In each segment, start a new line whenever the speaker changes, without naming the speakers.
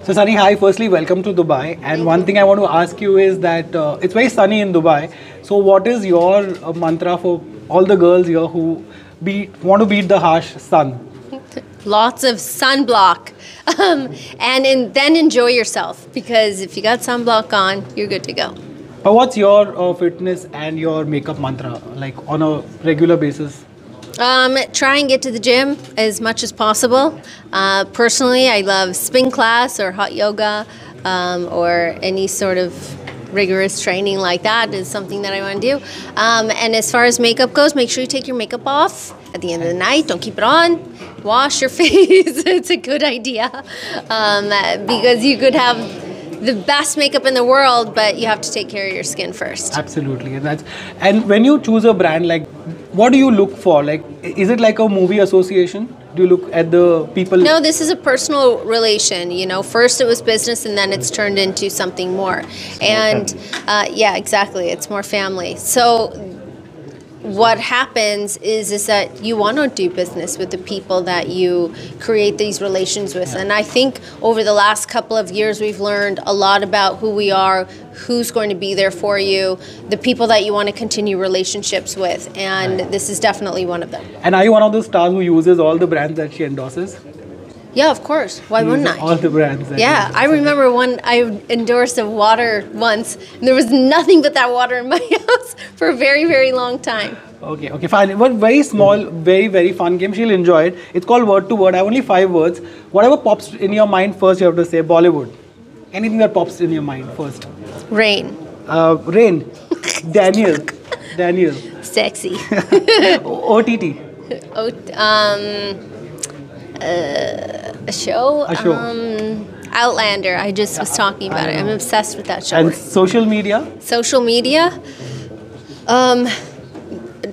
So Sunny, hi. Firstly, welcome to Dubai. And one thing I want to ask you is that uh, it's very sunny in Dubai. So what is your uh, mantra for all the girls here who beat, want to beat the harsh sun?
lots of sunblock um, and in, then enjoy yourself because if you got sunblock on you're good to go
But what's your uh, fitness and your makeup mantra like on a regular basis?
um, try and get to the gym as much as possible uh, personally i love spin class or hot yoga um, or any sort of rigorous training like that is something that i want to do um, and as far as makeup goes make sure you take your makeup off at the end of the night don't keep it on wash your face it's a good idea um, because you could have the best makeup in the world, but you have to take care of your skin first.
Absolutely, and that's and when you choose a brand, like what do you look for? Like, i- is it like a movie association? Do you look at the people?
No, this is a personal relation. You know, first it was business, and then it's turned into something more. And uh, yeah, exactly, it's more family. So what happens is is that you want to do business with the people that you create these relations with and i think over the last couple of years we've learned a lot about who we are who's going to be there for you the people that you want to continue relationships with and this is definitely one of them
And are you one of the stars who uses all the brands that she endorses?
yeah of course why wouldn't i
All the brands. that-
Yeah, I remember one. I endorsed a water once, and there was nothing but that water in my house for a very, very long time.
Okay, okay, fine. One very small, very, very fun game. She'll enjoy it. It's called word to word. I have only five words. Whatever pops in your mind first, you have to say Bollywood. Anything that pops in your mind first.
Rain,
Uh, Rain, Daniel, Daniel,
sexy.
O- OTT,
oh, um, uh, a show.
a show.
Um, Outlander. I just was talking about it. I'm obsessed with that show.
and social media.
Social media. Um.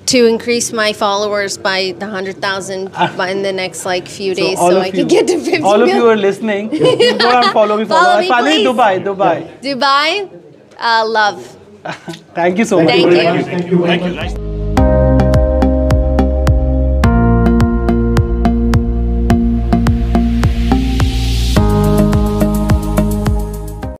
To increase my followers by the hundred thousand in the next like few days, so,
Ah. all of
I
you-
can get to fifty
All of
million.
you are listening. you go and follow me. Follow,
Follow
us.
me,
Finally,
please.
Dubai, Dubai.
Dubai, uh, love.
Thank you so much.
Thank you.
Thank you. Thank you.